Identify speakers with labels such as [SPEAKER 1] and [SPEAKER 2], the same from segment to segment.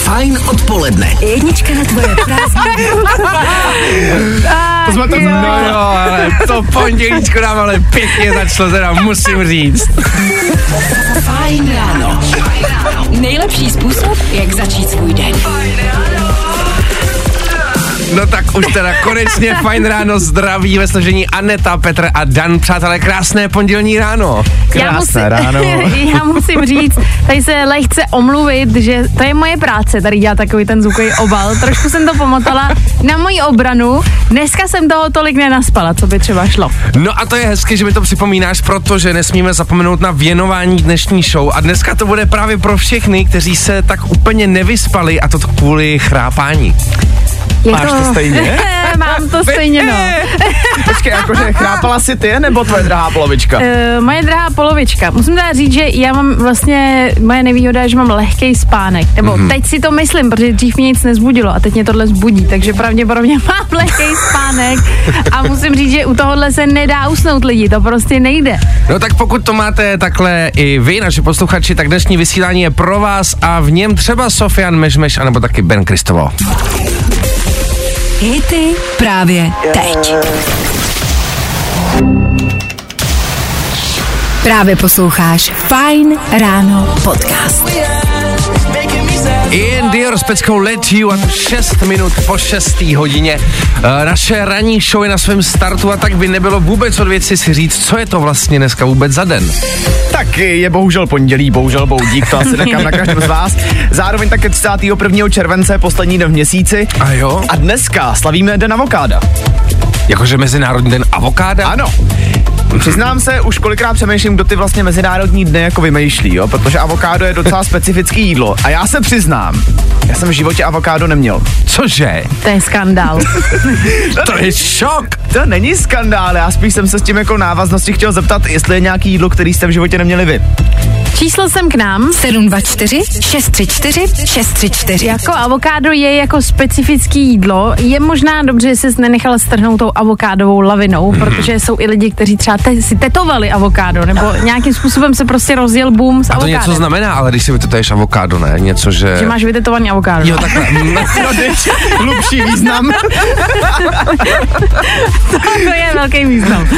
[SPEAKER 1] Fajn odpoledne.
[SPEAKER 2] Jednička na tvoje prázdniny.
[SPEAKER 3] To jsme to
[SPEAKER 4] No jo, ale to pondělíčko nám ale pěkně začalo, teda musím říct.
[SPEAKER 2] Fajn ráno. Nejlepší způsob, jak začít svůj den.
[SPEAKER 4] No tak už teda konečně fajn ráno zdraví ve složení Aneta, Petr a Dan. Přátelé, krásné pondělní ráno.
[SPEAKER 3] Krásné ráno.
[SPEAKER 5] já musím říct, tady se lehce omluvit, že to je moje práce, tady dělat takový ten zvukový obal. Trošku jsem to pomotala na moji obranu. Dneska jsem toho tolik nenaspala, co by třeba šlo.
[SPEAKER 4] No a to je hezky, že mi to připomínáš, protože nesmíme zapomenout na věnování dnešní show. A dneska to bude právě pro všechny, kteří se tak úplně nevyspali a to kvůli chrápání.
[SPEAKER 5] Je
[SPEAKER 3] Máš to stejně? Eh,
[SPEAKER 5] Mám to stejně, no.
[SPEAKER 3] Počkej, jakože chrápala si ty, nebo tvoje drahá polovička?
[SPEAKER 5] Uh, moje drahá polovička. Musím teda říct, že já mám vlastně, moje nevýhoda je, že mám lehký spánek. Nebo
[SPEAKER 4] Mhm.
[SPEAKER 5] mm-hmm. teď si to myslím, protože dřív mě nic nezbudilo a teď mě tohle zbudí, takže pravděpodobně mám lehký spánek. A musím říct, že u tohohle se nedá usnout lidi, to prostě nejde.
[SPEAKER 4] No tak pokud to máte takhle i vy, naši posluchači, tak dnešní vysílání je pro vás a v něm třeba Sofian Mešmeš, anebo taky Ben Kristoval.
[SPEAKER 2] Hity právě teď. Právě posloucháš Fajn ráno podcast.
[SPEAKER 4] Ian Dior s peckou Let You a to 6 minut po 6. hodině. E, Naše ranní show je na svém startu a tak by nebylo vůbec od věci si říct, co je to vlastně dneska vůbec za den.
[SPEAKER 3] Tak je bohužel pondělí, bohužel boudík, to asi nechám na každém z vás. Zároveň také 31. července, poslední den v měsíci.
[SPEAKER 4] A jo?
[SPEAKER 3] A dneska slavíme den avokáda.
[SPEAKER 4] Jakože Mezinárodní den avokáda?
[SPEAKER 3] Ano. Přiznám se, už kolikrát přemýšlím, kdo ty vlastně mezinárodní dny jako vymýšlí, jo? protože avokádo je docela specifický jídlo. A já se přiznám, já jsem v životě avokádo neměl.
[SPEAKER 4] Cože?
[SPEAKER 5] To je skandál.
[SPEAKER 4] To je šok!
[SPEAKER 3] To není skandál, já spíš jsem se s tím jako návaznosti chtěl zeptat, jestli je nějaký jídlo, který jste v životě neměli vy.
[SPEAKER 5] Číslo jsem k nám.
[SPEAKER 2] 724 634 634.
[SPEAKER 5] Jako avokádo je jako specifický jídlo. Je možná dobře, že jsi nenechal strhnout tou avokádovou lavinou,
[SPEAKER 4] Mhm.
[SPEAKER 5] protože jsou i lidi, kteří třeba te- si tetovali avokádo, nebo nějakým způsobem se prostě rozjel boom s
[SPEAKER 4] A to
[SPEAKER 5] avokádem.
[SPEAKER 4] něco znamená, ale když si vytetuješ avokádo, ne? Něco, že...
[SPEAKER 5] Že máš vytetovaný avokádo.
[SPEAKER 4] Jo, takhle.
[SPEAKER 3] No, Hlubší význam.
[SPEAKER 5] to je velký význam.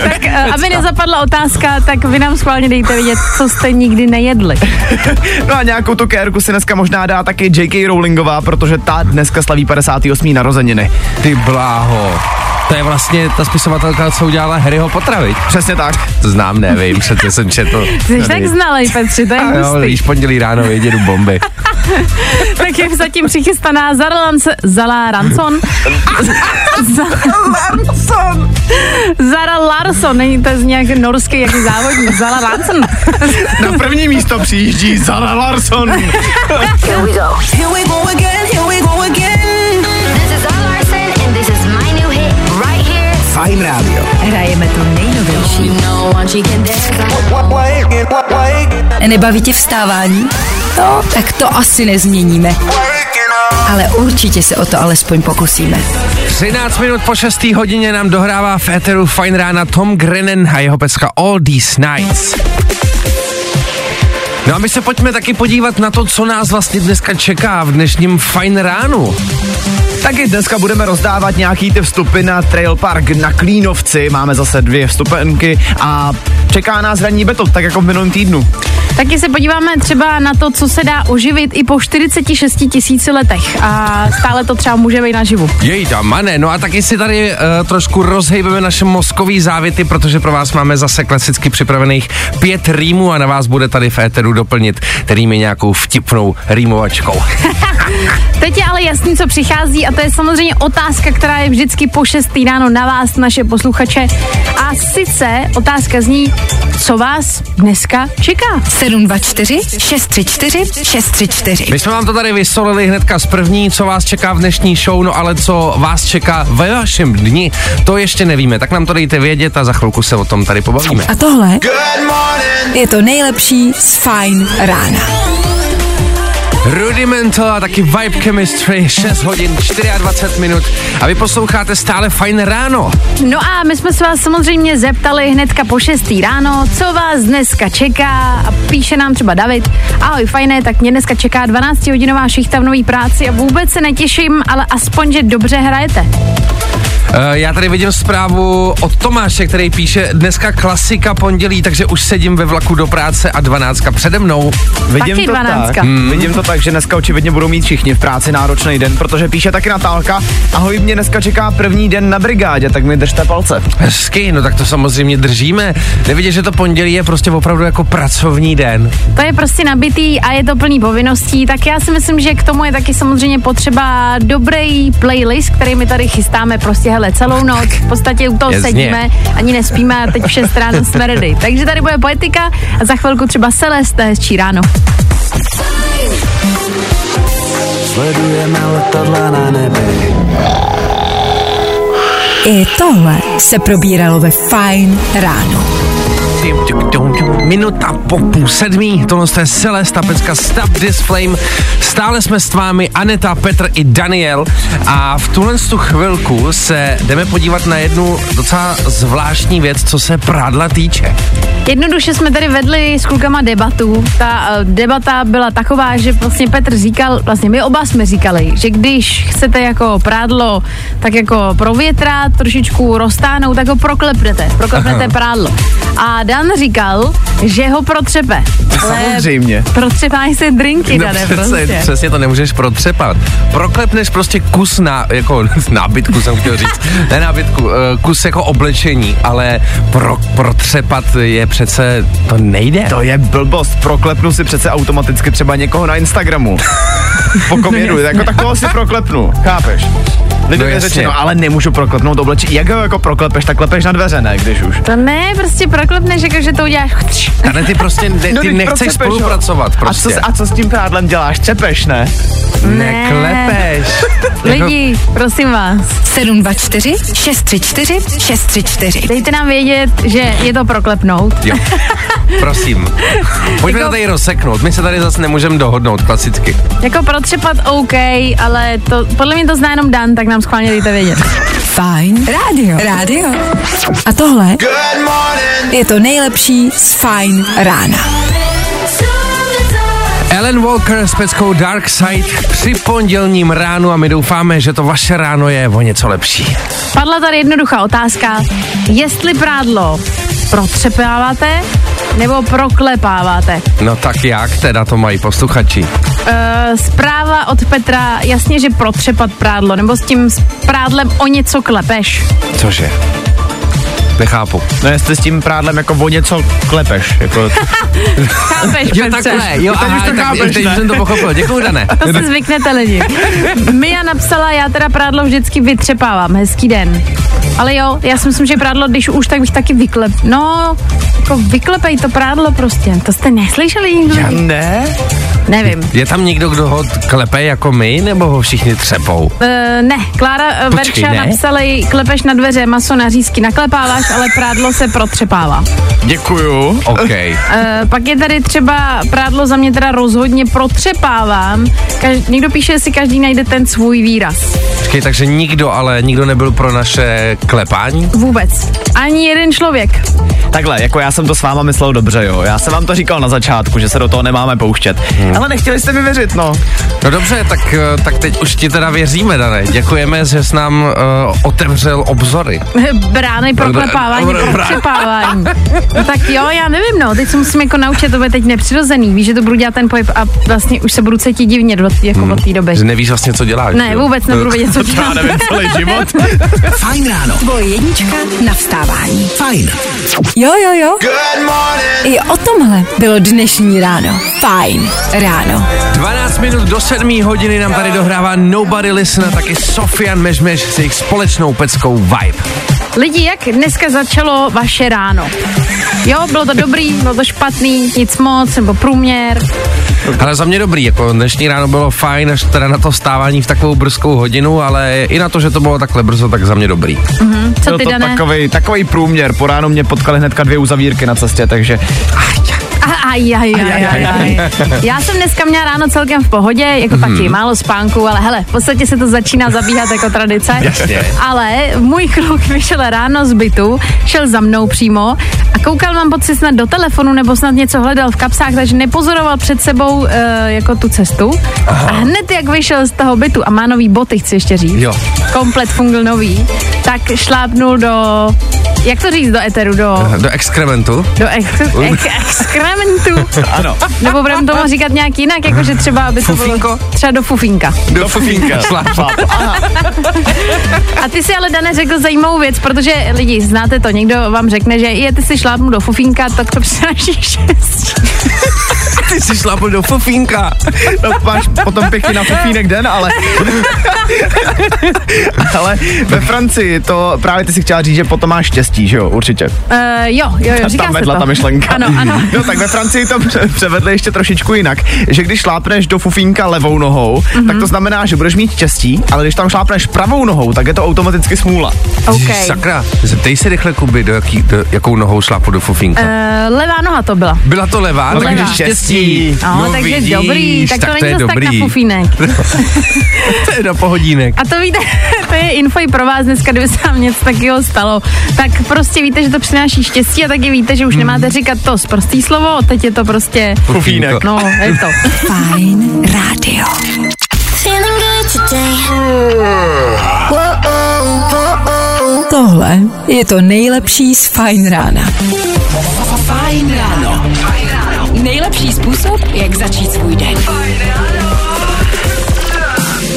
[SPEAKER 5] tak, eh, aby nezapadla otázka, tak vy nám schválně dejte vědět, co jste nikdy nejedli.
[SPEAKER 3] No a nějakou tu kérku si dneska možná dá taky J.K. Rowlingová, protože ta dneska slaví 58. narozeniny.
[SPEAKER 4] Ty bláho. To je vlastně ta spisovatelka, co udělala Harryho Pottera, viď?
[SPEAKER 3] Přesně tak.
[SPEAKER 4] To znám, nevím, přece jsem četl.
[SPEAKER 5] Jsi tak znalej, Petři, to je
[SPEAKER 4] A jo,
[SPEAKER 5] hustý.
[SPEAKER 4] víš, pondělí ráno jedu bomby.
[SPEAKER 5] Tak je zatím přichystaná Zara, Lance, Zala Ranson. Larson. Zara Larson, není to z nějak norský jaký závodník. Zara Larson.
[SPEAKER 3] Na první místo přijíždí Zara Larson.
[SPEAKER 6] Here we go again, here we go again.
[SPEAKER 7] This is Al Larson, and this is my new hit right here.
[SPEAKER 1] Fajn rádio.
[SPEAKER 2] Hrajeme to nejnovější.
[SPEAKER 7] No one she can dance.
[SPEAKER 2] Nebaví tě vstávání? No, tak to asi nezměníme. Ale určitě se o to alespoň pokusíme.
[SPEAKER 4] 13 minut po 6. hodině nám dohrává v éteru Fine Rána Tom Grennan a jeho pecka All These Nights. No a my se pojďme taky podívat na to, co nás vlastně dneska čeká v dnešním Fine Ránu.
[SPEAKER 3] Taky dneska budeme rozdávat nějaký ty vstupy na Trail Park na Klínovci. Máme zase dvě vstupenky a čeká nás ranní battle, tak jako v minulém týdnu.
[SPEAKER 5] Taky se podíváme třeba na to, co se dá oživit i po 46 tisíci letech. A stále to třeba může být naživu.
[SPEAKER 4] Jejda, mane, no a taky si tady uh, trošku rozhejbeme naše mozkový závity, protože pro vás máme zase klasicky připravených pět rýmů a na vás bude tady v éteru doplnit, kterými nějakou vtipnou rýmovačkou.
[SPEAKER 5] Teď je ale jasný, co přichází a to je samozřejmě otázka, která je vždycky po 6 ráno na vás, naše posluchače. A sice otázka zní, co vás dneska čeká.
[SPEAKER 2] 724 634 634.
[SPEAKER 4] My jsme vám to tady vysolili hnedka z první, co vás čeká v dnešní show, no ale co vás čeká ve vašem dni, to ještě nevíme, tak nám to dejte vědět a za chvilku se o tom tady pobavíme.
[SPEAKER 2] A tohle je to nejlepší z Fajn rána.
[SPEAKER 4] Rudimental a taky Vibe Chemistry, 6 hodin 24 minut a vy posloucháte stále Fajn ráno.
[SPEAKER 5] No a my jsme se vás samozřejmě zeptali hnedka po 6. ráno, co vás dneska čeká a píše nám třeba David. Ahoj, fajné, tak mě dneska čeká 12-hodinová šichta v nový práci a vůbec se netěším, ale aspoň, že dobře hrajete.
[SPEAKER 4] Eh, Já tady vidím zprávu od Tomáše, který píše dneska klasika pondělí, takže už sedím ve vlaku do práce a 12 přede mnou.
[SPEAKER 3] Vidím
[SPEAKER 5] Taky
[SPEAKER 3] to
[SPEAKER 5] dvanáctka.
[SPEAKER 3] tak. Hmm. Vidím to tak, že dneska očividně budou mít všichni v práci náročný den, protože píše taky Natálka. Ahoj, mě dneska čeká první den na brigádě, tak mi držte palce.
[SPEAKER 4] Hezky, no tak to samozřejmě držíme. Nevidíš, že to pondělí je prostě opravdu jako pracovní den.
[SPEAKER 5] To je prostě nabitý a je to plný povinností, tak já si myslím, že k tomu je taky samozřejmě potřeba dobrý playlist, který my tady chystáme prostě hele celou noc. V podstatě u toho
[SPEAKER 4] Jasně.
[SPEAKER 5] sedíme, ani nespíme a teď v 6 ráno jsme ready. Takže tady bude poetika a za chvilku třeba Celeste hezčí ráno.
[SPEAKER 1] Sledujeme letadla na nebi.
[SPEAKER 2] I tohle se probíralo ve Fajn ráno.
[SPEAKER 4] Minuta po půl sedmí, tohle je Celesta, pecka Stop This Flame. Stále jsme s vámi Aneta, Petr i Daniel a v tuhle tu chvilku se jdeme podívat na jednu docela zvláštní věc, co se prádla týče.
[SPEAKER 5] Jednoduše jsme tady vedli s klukama debatu. Ta eh, debata byla taková, že vlastně Petr říkal, vlastně my oba jsme říkali, že když chcete jako prádlo tak jako provětrat, trošičku roztáhnout, tak ho proklepnete, proklepnete Aha. prádlo. A Dan říkal, že ho protřepe. Ale
[SPEAKER 3] Samozřejmě.
[SPEAKER 5] Protřepáš se drinky, no,
[SPEAKER 4] No
[SPEAKER 5] Dane,
[SPEAKER 4] přece,
[SPEAKER 5] prostě.
[SPEAKER 4] přesně to nemůžeš protřepat. Proklepneš prostě kus na, jako nábytku jsem chtěl říct, ne nábytku, eh, kus jako oblečení, ale pro, protřepat je přece, to nejde.
[SPEAKER 3] To je blbost, proklepnu si přece automaticky třeba někoho na Instagramu. Po kom jedu, jako takového si proklepnu, chápeš? Lidově
[SPEAKER 4] No
[SPEAKER 3] no
[SPEAKER 4] jasně.
[SPEAKER 3] řečeno, ale nemůžu proklepnout oblečení. Jak ho jako proklepeš, tak klepeš na dveře, ne, když už.
[SPEAKER 5] To ne, prostě proklepneš, jako že to uděláš. chtř.
[SPEAKER 4] Tady ty prostě, ne, ty
[SPEAKER 3] teď
[SPEAKER 4] nechceš
[SPEAKER 3] procpeš, No, jo.
[SPEAKER 4] spolupracovat prostě.
[SPEAKER 3] A co, s- a co s tím prádlem děláš? Třepeš, ne?
[SPEAKER 4] Neklepeš. Jako,
[SPEAKER 5] Lidi, prosím vás.
[SPEAKER 2] 724 634 634.
[SPEAKER 5] Dejte nám vědět, že je to proklepnout.
[SPEAKER 4] Jo, prosím. Pojďme
[SPEAKER 3] Jako-
[SPEAKER 4] to tady rozseknout, my se tady zase nemůžeme dohodnout klasicky.
[SPEAKER 5] Jako protřepat OK, ale to, podle mě to zná jenom Dan, tak nám schválně dejte vědět.
[SPEAKER 2] Fajn rádio. Rádio. A tohle je to nejlepší z Fajn rána.
[SPEAKER 4] Ellen Walker s peckou Dark Side při pondělním ránu a my doufáme, že to vaše ráno je o něco lepší.
[SPEAKER 5] Padla tady jednoduchá otázka, jestli prádlo protřepáváte nebo proklepáváte.
[SPEAKER 4] No tak jak teda to mají posluchači?
[SPEAKER 5] Uh, zpráva od Petra, jasně, že protřepat prádlo, nebo s tím s prádlem o něco klepeš.
[SPEAKER 4] Cože? Nechápu.
[SPEAKER 3] No jestli s tím prádlem jako o něco klepeš, jako
[SPEAKER 5] Chápeš, Petře?
[SPEAKER 4] jo,
[SPEAKER 3] Teď už to chápeš,
[SPEAKER 4] teď
[SPEAKER 3] ne?
[SPEAKER 4] už jsem to pochopil. Děkuju, Dané.
[SPEAKER 5] To si zvyknete lidi. Mia napsala, já teda prádlo vždycky vytřepávám, hezký den. Ale jo, já si myslím, že prádlo, když už, tak bych taky vyklep. No, jako vyklepej to prádlo prostě. To jste neslyšeli nikdo? Já...
[SPEAKER 3] Ne?
[SPEAKER 5] Nevím.
[SPEAKER 4] Je tam někdo, kdo ho klepe jako my, nebo ho všichni třepou?
[SPEAKER 5] Uh, ne, Klára eh,
[SPEAKER 4] Počkej,
[SPEAKER 5] Verča
[SPEAKER 4] ne?
[SPEAKER 5] napsala jí, klepeš na dveře, maso na řízky naklepáváš, ale prádlo se protřepává.
[SPEAKER 3] Děkuju.
[SPEAKER 4] OK.
[SPEAKER 5] Uh, pak je tady třeba prádlo za mě teda rozhodně protřepávám. Kaž, někdo píše, jestli každý najde ten svůj výraz.
[SPEAKER 4] Počkej, takže nikdo, ale nikdo nebyl pro naše klepání?
[SPEAKER 5] Vůbec. Ani jeden člověk.
[SPEAKER 3] Takhle, jako já jsem to s váma myslel dobře, jo. Já jsem vám to říkal na začátku, že se do toho nemáme pouštět. Hmm. Ale nechtěli jste mi věřit, no.
[SPEAKER 4] No dobře, tak, eh, tak teď už ti teda věříme, Dané. Děkujeme, že jsi nám uh, otevřel obzory.
[SPEAKER 5] Brány proklepávání,
[SPEAKER 4] Dobré, dobré.
[SPEAKER 5] proklepávání. No tak jo, já nevím, no, teď se musím jako naučit, to bude teď nepřirozený, víš, že to budu dělat ten pohyb a vlastně už se budu cítit divně do, jako od té doby.
[SPEAKER 4] Hmm. Že nevíš vlastně, co děláš.
[SPEAKER 5] Ne,
[SPEAKER 4] jo?
[SPEAKER 5] vůbec nebudu vědět, co dělám.
[SPEAKER 3] celý život.
[SPEAKER 1] Fajn ráno.
[SPEAKER 2] Tvoje jednička na vstávání.
[SPEAKER 1] Fajn.
[SPEAKER 2] Jo, jo, jo. I o tomhle bylo dnešní ráno. Fajn ráno.
[SPEAKER 4] 12 minut do 7 hodiny nám tady dohrává Nobody Listen a taky Sofian Mežmeš s jejich společnou peckou Vibe.
[SPEAKER 5] Lidi, jak dneska začalo vaše ráno? Jo, bylo to dobrý, bylo to špatný, nic moc, nebo průměr.
[SPEAKER 4] Ale za mě dobrý, jako dnešní ráno bylo fajn, až teda na to vstávání v takovou brzkou hodinu, ale i na to, že to bylo takhle brzo, tak za mě dobrý.
[SPEAKER 5] Hm, Co
[SPEAKER 3] Byl
[SPEAKER 5] ty,
[SPEAKER 3] to
[SPEAKER 5] Dané?
[SPEAKER 3] takovej, takovej průměr. Po ránu mě potkaly hnedka dvě uzavírky na cestě, takže
[SPEAKER 5] A- Aj, aj, aj, aj, aj. Já jsem dneska měla ráno celkem v pohodě, jako mm-hmm. taky málo spánku, ale hele, v podstatě se to začíná zabíhat jako tradice.
[SPEAKER 4] Jasně.
[SPEAKER 5] Ale můj kluk vyšel ráno z bytu, šel za mnou přímo a koukal mám pocit snad do telefonu nebo snad něco hledal v kapsách, takže nepozoroval před sebou uh, jako tu cestu. Aha. A hned jak vyšel z toho bytu a má nový boty, chci ještě říct,
[SPEAKER 4] Jo.
[SPEAKER 5] komplet fungl nový, tak šlápnul do, jak to říct, do eteru, do...
[SPEAKER 4] Do exkrementu?
[SPEAKER 5] Do ex- ex- exkrementu.
[SPEAKER 3] Ano.
[SPEAKER 5] Nebo budeme tomu říkat nějak jinak, jakože třeba, aby to bylo
[SPEAKER 4] Fufinko?
[SPEAKER 5] třeba do fufinka.
[SPEAKER 3] Do fufínka.
[SPEAKER 4] Šláp.
[SPEAKER 5] A ty si ale, Dane, řekl zajímavou věc, protože lidi, znáte to, někdo vám řekne, že je, ty si šlápnu do fufinka, tak to přináší šest.
[SPEAKER 4] Ty jsi šlápl do fofínka.
[SPEAKER 3] No, máš potom pěkně na fofínek den, ale... ale ve Francii to právě ty si chtěla říct, že potom máš štěstí, že jo, určitě.
[SPEAKER 5] Uh, jo, jo, jo, říká
[SPEAKER 3] tam
[SPEAKER 5] se
[SPEAKER 3] vedla
[SPEAKER 5] to.
[SPEAKER 3] ta myšlenka.
[SPEAKER 5] Ano, ano.
[SPEAKER 3] No tak ve Francii to pře- převedli ještě trošičku jinak, že když šlápneš do fufínka levou nohou, mm-hmm.
[SPEAKER 5] Mhm.
[SPEAKER 3] tak to znamená, že budeš mít štěstí, ale když tam šlápneš pravou nohou, tak je to automaticky smůla.
[SPEAKER 5] Okay.
[SPEAKER 4] Sakra, zeptej se rychle, Kuby, do jaký, do, jakou nohou šlápl do fufínka.
[SPEAKER 5] Uh, levá noha to byla.
[SPEAKER 4] Byla to levá,
[SPEAKER 3] No,
[SPEAKER 4] takže
[SPEAKER 5] levá.
[SPEAKER 4] štěstí.
[SPEAKER 5] No, takže
[SPEAKER 4] vidíš,
[SPEAKER 5] dobrý, tak to není
[SPEAKER 4] je
[SPEAKER 5] zas tak na fufínek.
[SPEAKER 4] to je na pohodínek.
[SPEAKER 5] A to víte, to je info i pro vás dneska, kdyby se vám něco takového stalo. Tak prostě víte, že to přináší štěstí a taky víte, že už nemáte říkat to prostý slovo, od teď je to prostě,
[SPEAKER 3] Fufínek.
[SPEAKER 5] no, je to.
[SPEAKER 2] Fajn rádio.
[SPEAKER 7] Feeling good today.
[SPEAKER 2] Tohle je to nejlepší z Fajn rána. Fajn ráno. Nejlepší způsob, jak začít svůj den.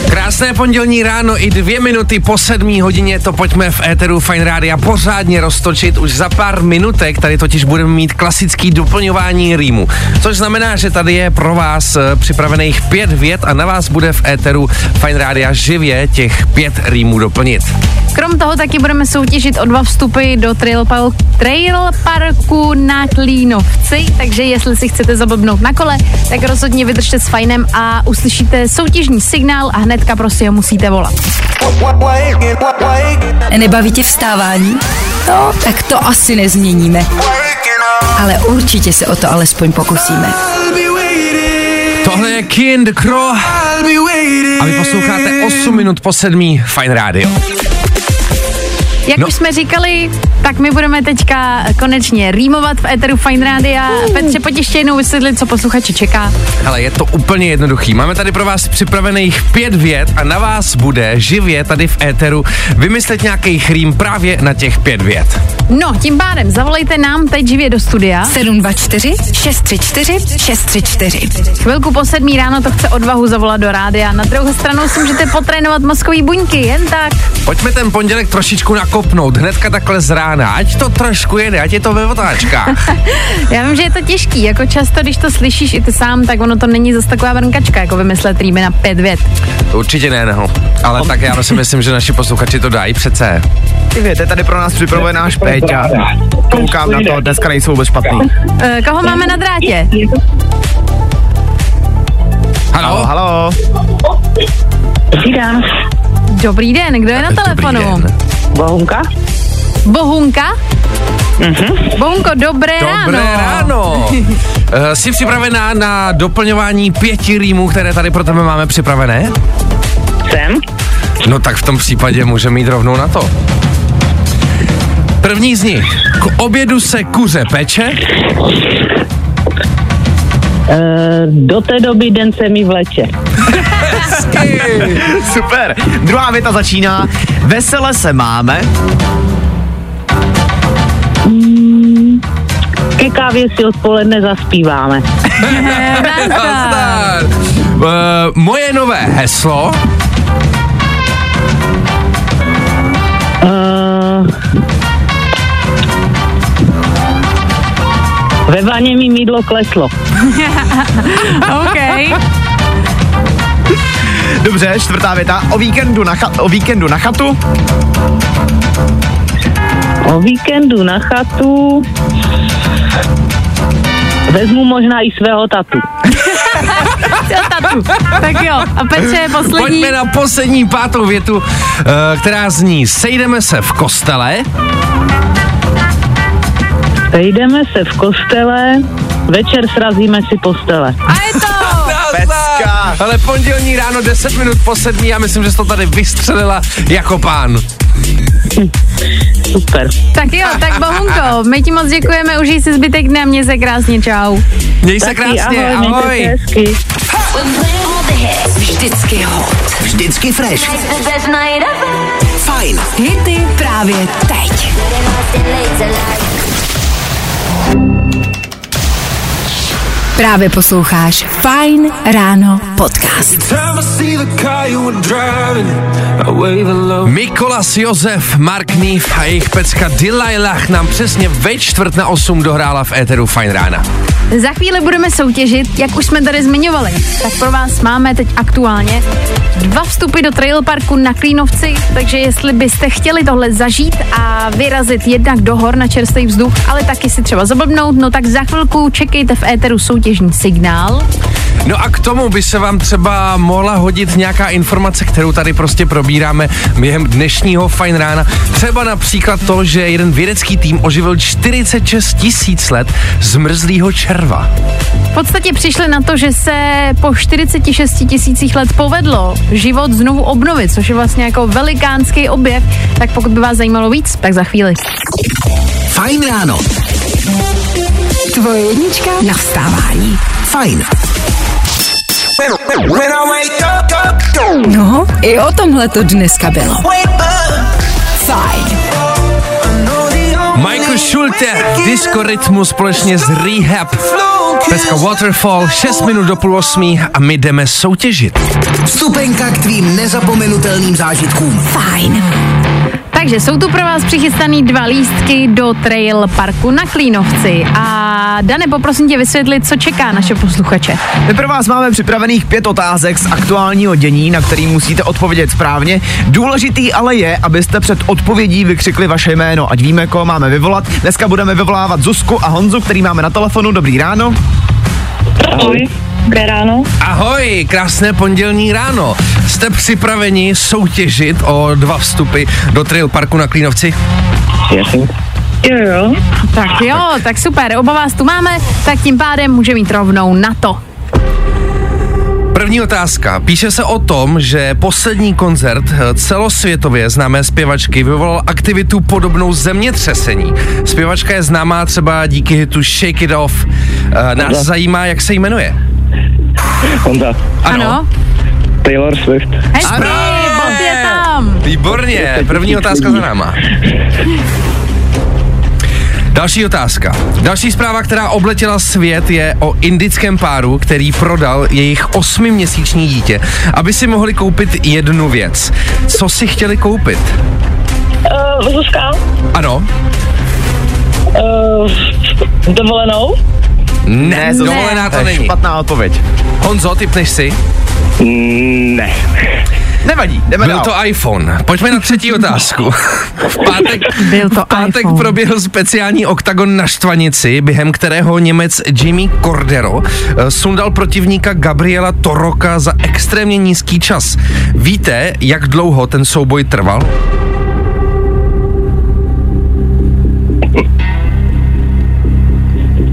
[SPEAKER 4] Krásné pondělní ráno i dvě minuty po sedmí hodině to pojďme v éteru Fine Rádia pořádně roztočit. Už za pár minutek tady totiž budeme mít klasický doplňování rýmu. Což znamená, že tady je pro vás eh, připravených pět vět a na vás bude v éteru Fine Rádia živě těch pět rýmů doplnit.
[SPEAKER 5] Krom toho taky budeme soutěžit o dva vstupy do trail, pal- trail parku na Klínovci, takže jestli si chcete zablbnout na kole, tak rozhodně vydržte s fajnem a uslyšíte soutěžní signál a hnedka prostě ho musíte volat.
[SPEAKER 2] Nebaví tě vstávání? No, tak to asi nezměníme, ale určitě se o to alespoň pokusíme.
[SPEAKER 4] Tohle je Kind Crow a vy posloucháte 8 minut po sedmí Fine Radio.
[SPEAKER 5] Jak
[SPEAKER 4] No.
[SPEAKER 5] no. už jsme říkali, tak my budeme teďka konečně rýmovat v Eteru Fine Rádia. Petře, pojď ještě jednou vysvětlit, co posluchače čeká.
[SPEAKER 4] Ale je to úplně jednoduchý. Máme tady pro vás připravených pět vět a na vás bude živě tady v éteru vymyslet nějaký chrým právě na těch pět vět.
[SPEAKER 5] No, tím pádem zavolejte nám teď živě do studia.
[SPEAKER 2] 724 634 634.
[SPEAKER 5] Chvilku po sedmí ráno to chce odvahu zavolat do rádia. Na druhou stranu si můžete potrénovat mozkový buňky, jen tak.
[SPEAKER 4] Pojďme ten pondělek trošičku nakopnout, hnedka takhle z rána, ať to trošku jede, ať je to ve otáčkách.
[SPEAKER 5] Já vím, že je to těžký, jako často, když to slyšíš i ty sám, tak ono to není zase taková brnkačka, jako vymyslet rýmy na pět vět.
[SPEAKER 4] Určitě ne, no. Ale tak já si myslím, že naši posluchači to dají přece.
[SPEAKER 3] Ty věte, tady pro nás připravuje náš Péťa. Koukám na to, dneska nejsou vůbec špatný.
[SPEAKER 5] E, koho máme na drátě?
[SPEAKER 4] Halo?
[SPEAKER 3] Halo, halo.
[SPEAKER 8] Vydám.
[SPEAKER 5] Dobrý den, kdo je na telefonu?
[SPEAKER 4] Dobrý den.
[SPEAKER 8] Bohunka?
[SPEAKER 5] Bohunka?
[SPEAKER 4] Mhm.
[SPEAKER 5] Bohunko, dobré,
[SPEAKER 4] Dobré ráno. Eh, Jsi připravená na doplňování pěti rýmů, které tady pro tebe máme připravené?
[SPEAKER 8] Jsem.
[SPEAKER 4] No tak v tom případě můžeme jít rovnou na to. První z nich. K obědu se kuře peče,
[SPEAKER 8] E, do té doby den se mi vleče.
[SPEAKER 3] Super. Druhá věta začíná. Vesele se máme.
[SPEAKER 8] Ke kávě si odpoledne zaspíváme.
[SPEAKER 4] Nazdar. Eh, moje nové heslo,
[SPEAKER 8] E, ve vaně mi mídlo kleslo.
[SPEAKER 5] OK.
[SPEAKER 3] Dobře, čtvrtá věta. O víkendu na, cha- o víkendu na chatu.
[SPEAKER 8] O víkendu na chatu vezmu možná i svého tatu.
[SPEAKER 5] Tatu. Tak jo, a Petře je poslední.
[SPEAKER 4] pojďme na poslední pátou větu, eh, která zní Sejdeme se v kostele,
[SPEAKER 8] Sejdeme se v kostele Večer srazíme si postele.
[SPEAKER 5] A je to!
[SPEAKER 3] Pecka.
[SPEAKER 4] Ale pondělní ráno 10 minut po sedmí a myslím, že jsi to tady vystřelila jako pán.
[SPEAKER 8] Super.
[SPEAKER 5] tak jo, tak Bohunko, my ti moc děkujeme, užij si zbytek dne, mě se krásně, čau.
[SPEAKER 4] Měj se
[SPEAKER 8] Taky
[SPEAKER 4] krásně,
[SPEAKER 8] ahoj. mějte se
[SPEAKER 4] ahoj.
[SPEAKER 8] hezky.
[SPEAKER 7] We're playing all the hits.
[SPEAKER 2] Vždycky hot.
[SPEAKER 1] Vždycky fresh.
[SPEAKER 7] Tonight's the best night ever.
[SPEAKER 2] Fajn. Hity právě teď.
[SPEAKER 7] Getting lost in laser light.
[SPEAKER 2] Právě posloucháš Fajn ráno podcast.
[SPEAKER 4] Mikolas Josef, Mark Neve a jejich pecka Delilah nám přesně ve čtvrt na osm dohrála v éteru Fine Rána.
[SPEAKER 5] Za chvíli budeme soutěžit, jak už jsme tady zmiňovali. Tak pro vás máme teď aktuálně dva vstupy do trail parku na Klínovci, takže jestli byste chtěli tohle zažít a vyrazit jednak do hor na čerstvý vzduch, ale taky si třeba zablbnout, no tak za chvilku čekejte v éteru soutěžní signál.
[SPEAKER 4] No a k tomu by se vám třeba mohla hodit nějaká informace, kterou tady prostě probíráme během dnešního Fine Rána. Třeba například to, že jeden vědecký tým oživil 46 tisíc let zmrzlého červa.
[SPEAKER 5] V podstatě přišli na to, že se po 46 tisících let povedlo život znovu obnovit, což je vlastně jako velikánský objev. Tak pokud by vás zajímalo víc, tak za chvíli.
[SPEAKER 1] Fajn ráno.
[SPEAKER 2] Tvoje jednička na vstávání.
[SPEAKER 1] Fajn.
[SPEAKER 2] No, i o tomhle to dneska bylo. Fajn.
[SPEAKER 4] Michael Schulte, disco rytmu společně s Rehab. Peska Waterfall, 6 minut do půl osmí a my jdeme soutěžit.
[SPEAKER 1] Vstupenka k tvým nezapomenutelným zážitkům.
[SPEAKER 2] Fajn.
[SPEAKER 5] Takže jsou tu pro vás přichystaný dva lístky do trail parku na Klínovci. A Dane, poprosím tě vysvětlit, co čeká naše posluchače.
[SPEAKER 3] My pro vás máme připravených pět otázek z aktuálního dění, na který musíte odpovědět správně. Důležitý ale je, abyste před odpovědí vykřikli vaše jméno, ať víme, koho máme vyvolat. Dneska budeme vyvolávat Zuzku a Honzu, který máme na telefonu. Dobrý ráno.
[SPEAKER 8] Ahoj. Dobré ráno.
[SPEAKER 4] Ahoj, krásné pondělní ráno. Jste připraveni soutěžit o dva vstupy do Trail Parku na Klínovci?
[SPEAKER 8] Jo, jo.
[SPEAKER 5] Tak jo, tak super, oba vás tu máme, tak tím pádem může mít rovnou na to.
[SPEAKER 4] První otázka. Píše se o tom, že poslední koncert eh, celosvětově známé zpěvačky vyvolal aktivitu podobnou zemětřesení. Zpěvačka je známá třeba díky hitu Shake It Off. Eh, Nás zajímá, jak se jmenuje.
[SPEAKER 9] Honza,
[SPEAKER 5] ano.
[SPEAKER 9] Taylor Swift.
[SPEAKER 5] Hezky,
[SPEAKER 4] Správně.
[SPEAKER 5] Bob je tam.
[SPEAKER 4] Výborně, první otázka za náma. Další otázka. Další zpráva, která obletěla svět, je o indickém páru, který prodal jejich osmiměsíční dítě, aby si mohli koupit jednu věc. Co si chtěli koupit?
[SPEAKER 8] Uh, Zuzka,
[SPEAKER 4] Ano?
[SPEAKER 8] uh, dovolenou?
[SPEAKER 4] Ne, ne
[SPEAKER 3] Zuzko.
[SPEAKER 4] dovolená to
[SPEAKER 3] je
[SPEAKER 4] není.
[SPEAKER 3] Eh, Špatná odpověď.
[SPEAKER 4] Honzo, typneš si?
[SPEAKER 9] Mm, Ne.
[SPEAKER 3] Nevadí, jdeme
[SPEAKER 4] Byl
[SPEAKER 3] dál.
[SPEAKER 4] to iPhone. Pojďme na třetí otázku. V pátek,
[SPEAKER 5] Byl to
[SPEAKER 4] v pátek
[SPEAKER 5] iPhone.
[SPEAKER 4] proběhl speciální oktagon na Štvanici, během kterého Němec Jimmy Cordero eh, sundal protivníka Gabriela Toroka za extrémně nízký čas. Víte, jak dlouho ten souboj trval?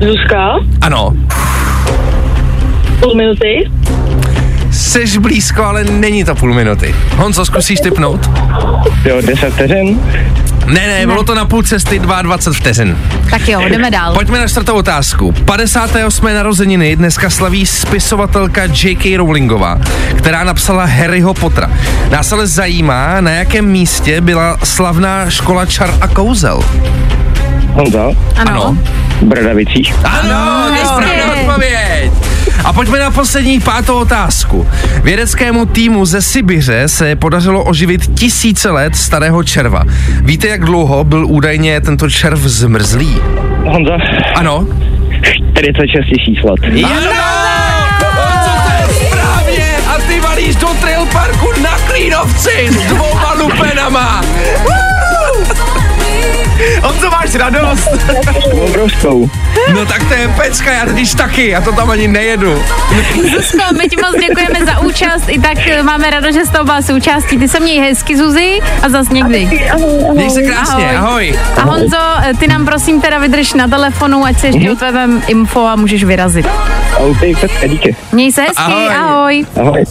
[SPEAKER 8] Zuzka,
[SPEAKER 4] Ano,
[SPEAKER 8] půl minuty.
[SPEAKER 4] seš blízko, ale není to půl minuty. Honzo, zkusíš typnout?
[SPEAKER 9] Jo, 10 vteřin.
[SPEAKER 4] Ne, ne, bylo to na půl cesty 22 vteřin.
[SPEAKER 5] Tak jo, jdeme dál.
[SPEAKER 4] Pojďme na čtvrtou otázku. 58. narozeniny dneska slaví spisovatelka J.K. Rowlingová, která napsala Harryho Pottera. Nás ale zajímá, na jakém místě byla slavná škola čar a kouzel.
[SPEAKER 9] Honza,
[SPEAKER 5] Ano.
[SPEAKER 9] Bradavicí.
[SPEAKER 4] Ano, to je
[SPEAKER 5] hezky.
[SPEAKER 4] správná odpověď. A pojďme na poslední pátou otázku. Vědeckému týmu ze Sibiře se podařilo oživit tisíce let starého červa. Víte, jak dlouho byl údajně tento červ zmrzlý?
[SPEAKER 9] Honza,
[SPEAKER 4] Ano,
[SPEAKER 9] 46 tisíc let.
[SPEAKER 4] Správně! A ty valíš do trail parku na Klínovci s dvouma lupenama.
[SPEAKER 3] Honzo, máš máš radost.
[SPEAKER 9] Obrovskou.
[SPEAKER 4] No tak to je pecka, já totiž taky, já to tam ani nejedu.
[SPEAKER 5] Zuzko, my ti moc děkujeme za účast, i tak eh, máme radost, že jsi toho byla součástí. Ty se měj hezky, Zuzi, a zas někdy.
[SPEAKER 4] Měj se krásně, ahoj.
[SPEAKER 5] A Honzo, eh, ty nám prosím teda vydrž na telefonu, ať se ještě webem info a můžeš vyrazit.
[SPEAKER 9] OK, pecka, díky.
[SPEAKER 5] Měj se hezky,
[SPEAKER 4] Ahoj.
[SPEAKER 5] ahoj. ahoj.
[SPEAKER 9] Ahoj.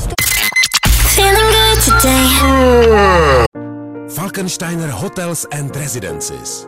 [SPEAKER 7] Feeling good today.
[SPEAKER 10] Falkensteiner Hotels and Residences.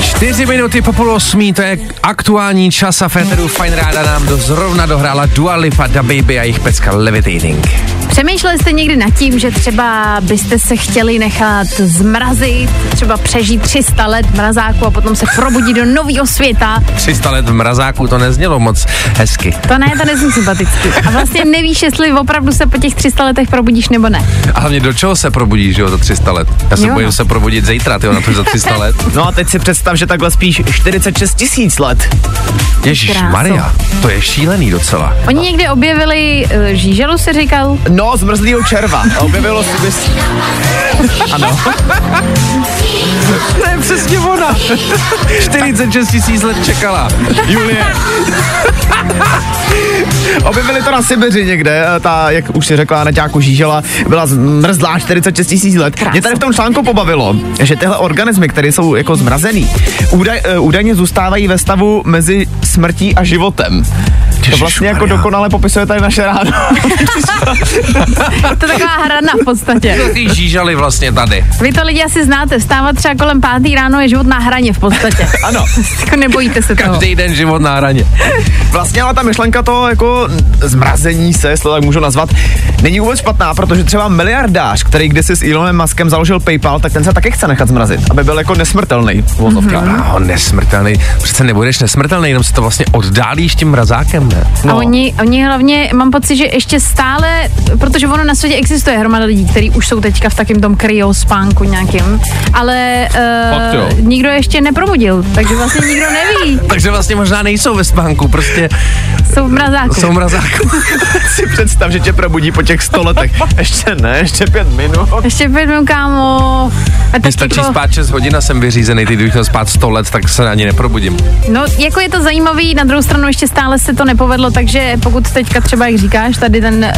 [SPEAKER 4] Čtyři minuty po půl osmí, to je aktuální čas a Féteru Fine Ráda nám do zrovna dohrála Dua Lipa, Da Baby a jejich pecka Levitating.
[SPEAKER 5] Přemýšleli jste někdy nad tím, že třeba byste se chtěli nechat zmrazit, třeba přežít 300 let v mrazáku a potom se probudit do nového světa?
[SPEAKER 4] 300 let v mrazáku, to neznělo moc hezky.
[SPEAKER 5] To ne, to nezní sympaticky. A vlastně nevíš, jestli opravdu se po těch 300 letech probudíš nebo ne.
[SPEAKER 4] A hlavně do čeho se probudíš, že jo, za 300 let? Já se
[SPEAKER 5] Jo, no.
[SPEAKER 4] bojím se probudit zítra, ty jo, na to za 300 let.
[SPEAKER 3] No a teď si představ, že takhle spíš 46 tisíc let.
[SPEAKER 4] Ježíš Maria, to je šílený docela.
[SPEAKER 5] Oni někdy objevili eh, žíželu, se říkal,
[SPEAKER 3] No, zmrzlýho červa. A Objevilo se bys... Ano.
[SPEAKER 4] To je přesně ona. 46 tisíc let čekala. Julie.
[SPEAKER 3] Objevili to na Sibiři někde, eh, ta, jak už si řekla, Naťáku žížela, byla zmrzlá 46 tisíc let. Mě tady v tom článku pobavilo, že tyhle organismy, které jsou jako zmrazený, údaj, eh, údajně zůstávají ve stavu mezi smrtí a životem. To vlastně jako
[SPEAKER 4] Ježišmarja.
[SPEAKER 3] dokonale popisuje tady naše ráno.
[SPEAKER 5] to je taková hrana v podstatě.
[SPEAKER 4] Ty žížaly vlastně tady.
[SPEAKER 5] Vy to lidi asi znáte, vstávat třeba kolem pátý ráno je život na hraně v podstatě.
[SPEAKER 3] Ano.
[SPEAKER 5] Jako nebojíte se toho.
[SPEAKER 4] Každý den život na hraně.
[SPEAKER 3] Vlastně ale ta myšlenka toho jako zmrazení se, jestli to tak můžu nazvat, není vůbec špatná, protože třeba miliardář, který kdysi s Elonem Muskem založil PayPal, tak ten se taky chce nechat zmrazit, aby byl jako nesmrtelný. Mm-hmm.
[SPEAKER 4] No, nesmrtelný. Přece nebudeš nesmrtelný, jenom se to vlastně oddálíš tím mrazákem, ne?
[SPEAKER 5] No. A oni, oni hlavně, mám pocit, že ještě stále, protože ono na světě existuje hromada lidí, kteří už jsou teďka v takém tom kryospánku nějakým, ale
[SPEAKER 4] Fakt jo.
[SPEAKER 5] uh, nikdo je ještě neprobudil, takže vlastně nikdo neví,
[SPEAKER 4] Takže vlastně možná nejsou ve spánku, prostě
[SPEAKER 5] jsou v mrazáku.
[SPEAKER 4] jsou v mrazáku.
[SPEAKER 3] si představ, že tě probudí po těch 100 letech. Ještě ne, ještě pět minut.
[SPEAKER 5] Ještě pěknou kámo. A
[SPEAKER 4] Mně
[SPEAKER 5] tak
[SPEAKER 4] stačí
[SPEAKER 5] jako,
[SPEAKER 4] spát 6 hodin a jsem vyřízený, ty kdybych chtěl spát 100 let, tak se ani neprobudím.
[SPEAKER 5] no, jako je to zajímavý, na druhou stranu ještě stále se to nepovedlo, takže pokud teďka třeba, jak říkáš, tady ten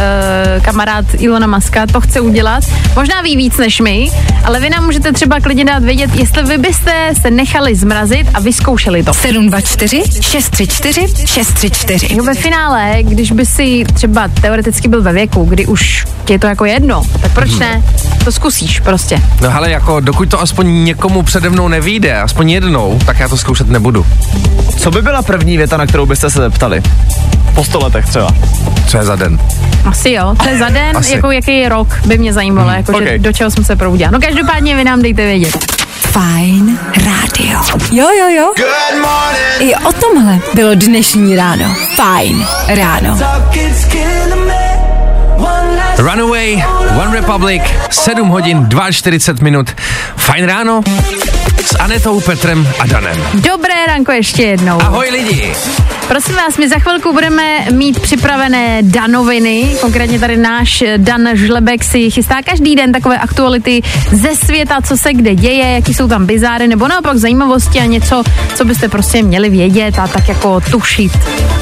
[SPEAKER 5] uh, kamarád Ilona Maska to chce udělat, možná ví víc než my, ale vy nám můžete třeba klidně dát vědět, jestli vy byste se nechali zmrazit a vyzkoušeli to.
[SPEAKER 2] 724 634 634.
[SPEAKER 5] Jo, ve finále, když by si třeba teoreticky byl ve věku, kdy už ti je to jako jedno, tak proč ne? To zkusíš prostě.
[SPEAKER 4] No hele, jako dokud to aspoň někomu přede mnou nevíde, aspoň jednou, tak já to zkoušet nebudu.
[SPEAKER 3] Co by byla první věta, na kterou byste se zeptali? Po 100 letech třeba.
[SPEAKER 4] Co je za den?
[SPEAKER 5] Asi jo, to je za den,
[SPEAKER 4] Asi.
[SPEAKER 5] jako jaký je rok, by mě zajímalo, jako
[SPEAKER 3] okej.
[SPEAKER 5] že do čeho jsem se probudila. No každopádně vy nám dejte vědět.
[SPEAKER 2] Fajn rádio. Jo, jo, jo.
[SPEAKER 10] Good morning!
[SPEAKER 2] I o tomhle bylo dnešní ráno. Fajn ráno.
[SPEAKER 4] Runaway, One Republic, 7 hodin, 42 minut. Fajn ráno s Anetou, Petrem a Danem.
[SPEAKER 5] Dobré ranko ještě jednou.
[SPEAKER 4] Ahoj lidi!
[SPEAKER 5] Prosím vás, my za chvilku budeme mít připravené danoviny, konkrétně tady náš Dan Žlebek si chystá každý den takové aktuality ze světa, co se kde děje, jaký jsou tam bizáry, nebo naopak zajímavosti a něco, co byste prostě měli vědět a tak jako tušit.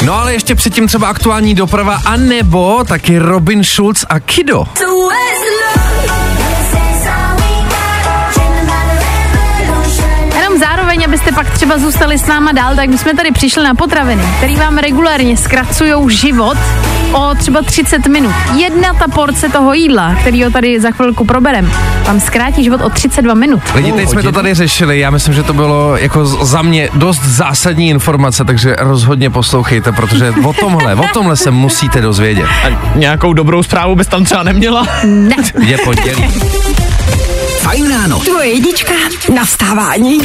[SPEAKER 4] No ale ještě předtím třeba aktuální doprava a nebo taky Robin Schulz a Kido.
[SPEAKER 5] Jenom zároveň, abyste pak třeba zůstali s náma dál, tak my jsme tady přišli na potraviny, které vám regulárně zkracují život o třeba 30 minut. Jedna ta porce toho jídla, kterýho tady za chvilku proberem, vám zkrátí život o 32 minut.
[SPEAKER 4] Lidi, teď jsme to tady řešili, já myslím, že to bylo jako z- za mě dost zásadní informace, takže rozhodně poslouchejte, protože o tomhle, o tomhle se musíte dozvědět.
[SPEAKER 3] A nějakou dobrou zprávu bys tam třeba neměla?
[SPEAKER 4] Je pondělí.
[SPEAKER 1] Fajn ráno.
[SPEAKER 2] Tvoje jednička na vstávání.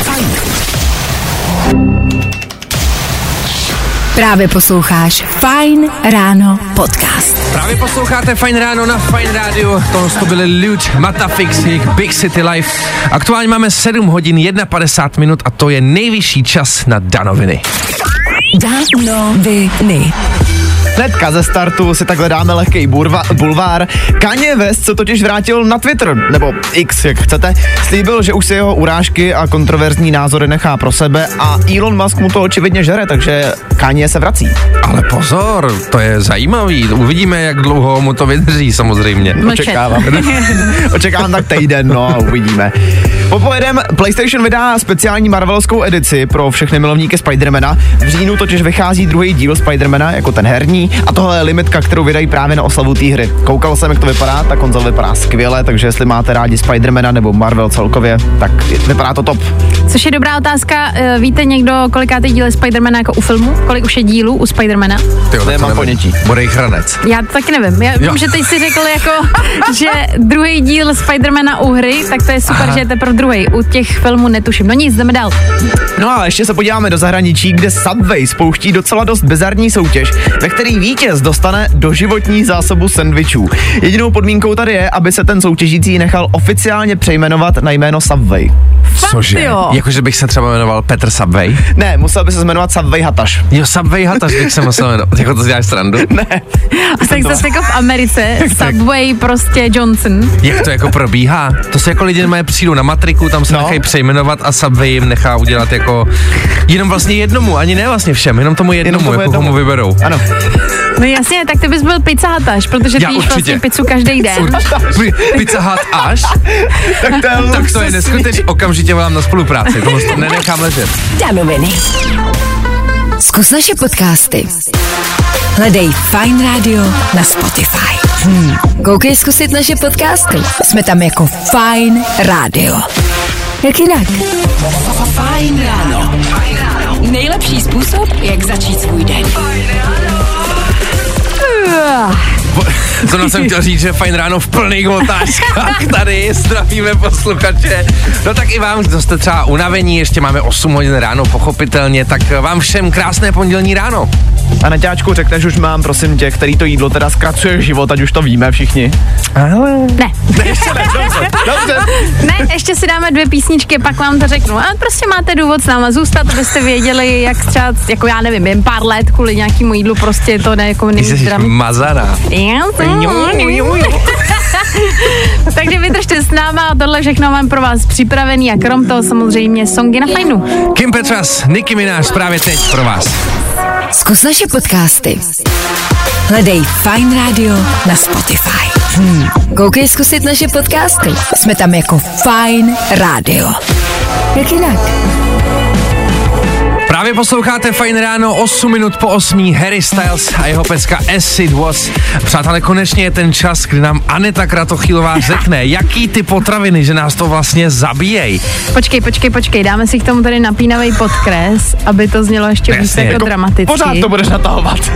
[SPEAKER 2] Právě posloucháš Fine Ráno podcast.
[SPEAKER 4] Právě posloucháte Fine Ráno na Fine Radio. Tohle to byly Lute, Matafix, jejich Big City Life. Aktuálně máme 7 hodin 51 minut a to je nejvyšší čas na danoviny.
[SPEAKER 2] Danoviny.
[SPEAKER 3] Hnedka ze startu si takhle dáme lehkej burva, bulvár. Kanye West se totiž vrátil na Twitter, nebo X, jak chcete. Slíbil, že už si jeho urážky a kontroverzní názory nechá pro sebe a Elon Musk mu to očividně žere, takže Kanye se vrací.
[SPEAKER 4] Ale pozor, to je zajímavý. Uvidíme, jak dlouho mu to vydrží samozřejmě.
[SPEAKER 5] Mlčet.
[SPEAKER 3] Očekávám. Očekávám tak týden, no a uvidíme. Popojedem, PlayStation vydá speciální Marvelovskou edici pro všechny milovníky Spidermana. V říjnu totiž vychází druhý díl Spidermana, jako ten herní, a tohle je limitka, kterou vydají právě na oslavu té hry. Koukal jsem, jak to vypadá, ta konzole vypadá skvěle, takže jestli máte rádi Spidermana nebo Marvel celkově, tak vypadá to top.
[SPEAKER 5] Což je dobrá otázka. Eh, Víte někdo, koliká ty díly Spidermana jako u filmu? Kolik už je dílů u Spidermana?
[SPEAKER 4] Tyjo, tak to
[SPEAKER 3] Nemám
[SPEAKER 4] nevím.
[SPEAKER 3] ponětí.
[SPEAKER 4] Bude jich ranec.
[SPEAKER 5] Já to taky nevím. Já
[SPEAKER 4] Jo.
[SPEAKER 5] vím, že teď si řekl jako, že druhý díl Spidermana u hry, tak to je super, Aha. že je teprve druhý. U těch filmů netuším. No nic, jdeme dál.
[SPEAKER 3] No a ještě se podíváme do zahraničí, kde Subway spouští docela dost bizarní soutěž, ve který vítěz dostane doživotní zásobu sendvičů. Jedinou podmínkou tady je, aby se ten soutěžící nechal oficiálně přejmenovat na jméno Subway.
[SPEAKER 5] Fakt, jo.
[SPEAKER 4] Jakože bych se třeba jmenoval Petr Subway.
[SPEAKER 3] Ne, musel by se jmenovat Subway Hataš.
[SPEAKER 4] Jo, Subway hatař bych se musel jmenovat. Jako to si děláš srandu? Ne.
[SPEAKER 5] A tak zase jako v Americe, Subway prostě Johnson.
[SPEAKER 4] Jak to jako probíhá? To se jako lidi mají přijdou na matriku, tam se no.
[SPEAKER 3] No.
[SPEAKER 4] nechají přejmenovat a Subway jim nechá udělat jako jenom vlastně jednomu, ani ne vlastně všem, jenom tomu jednomu, jenom tomu
[SPEAKER 3] tomu
[SPEAKER 4] jako jednomu. komu
[SPEAKER 3] jednomu.
[SPEAKER 4] vyberou.
[SPEAKER 3] Ano.
[SPEAKER 5] No jasně, tak ty bys byl pizzahataš, protože ty
[SPEAKER 4] Já
[SPEAKER 5] jíš
[SPEAKER 4] určitě.
[SPEAKER 5] vlastně pizzu každý den.
[SPEAKER 4] Pi- Pizza Hut až?
[SPEAKER 3] Tak to
[SPEAKER 4] Tak
[SPEAKER 3] je,
[SPEAKER 4] to je
[SPEAKER 3] luxusní.
[SPEAKER 4] neskutečné. Okamžitě volám na spolupráci, to nenechám ležet.
[SPEAKER 2] Danoviny. Zkus naše podcasty. Hledej Fine Radio na Spotify. Hmm. Koukej zkusit naše podcasty. Jsme tam jako Fine Radio. Jak jinak? Fine ráno. Nejlepší způsob, jak začít svůj den.
[SPEAKER 4] Zrovna jsem chtěl říct, že fajn ráno v plných otázkách tady zdravíme posluchače. No tak i vám, kdo jste třeba unavení, ještě máme 8 hodin ráno, pochopitelně, tak vám všem krásné pondělní ráno.
[SPEAKER 3] A Naťáčku, řekneš už mám, prosím tě, který to jídlo teda zkracuje život, ať už to víme všichni.
[SPEAKER 4] Ale...
[SPEAKER 5] Ne,
[SPEAKER 3] Ne, ještě ne, dobře, dobře.
[SPEAKER 5] ne, ještě si dáme dvě písničky, pak vám to řeknu. Ale prostě máte důvod s náma zůstat, abyste věděli, jak třeba, jako já nevím, jen pár let kvůli nějakému jídlu, prostě to ne, jako není
[SPEAKER 4] Jsi
[SPEAKER 5] zdraví.
[SPEAKER 4] mazana.
[SPEAKER 5] Jo, to- Takže vydržte s náma a tohle všechno mám pro vás připravený a krom toho samozřejmě songy na fajnu.
[SPEAKER 4] Kim Petras, Nicki Minaj, právě teď pro vás.
[SPEAKER 2] Zkus naše podcasty. Hledej Fine Radio na Spotify. Hmm. Koukej zkusit naše podcasty. Jsme tam jako Fine Radio. Jak jinak?
[SPEAKER 4] Právě posloucháte Fajn ráno, 8 minut po 8, Harry Styles a jeho pecka Acid Was. Přátelé, konečně je ten čas, kdy nám Aneta Kratochýlová řekne, jaký ty potraviny, že nás to vlastně zabíjejí.
[SPEAKER 5] Počkej, počkej, počkej, dáme si k tomu tady napínavý podkres, aby to znělo ještě víc
[SPEAKER 4] Jasně.
[SPEAKER 5] jako
[SPEAKER 4] Jako
[SPEAKER 5] dramaticky.
[SPEAKER 3] Pořád to budeš natahovat.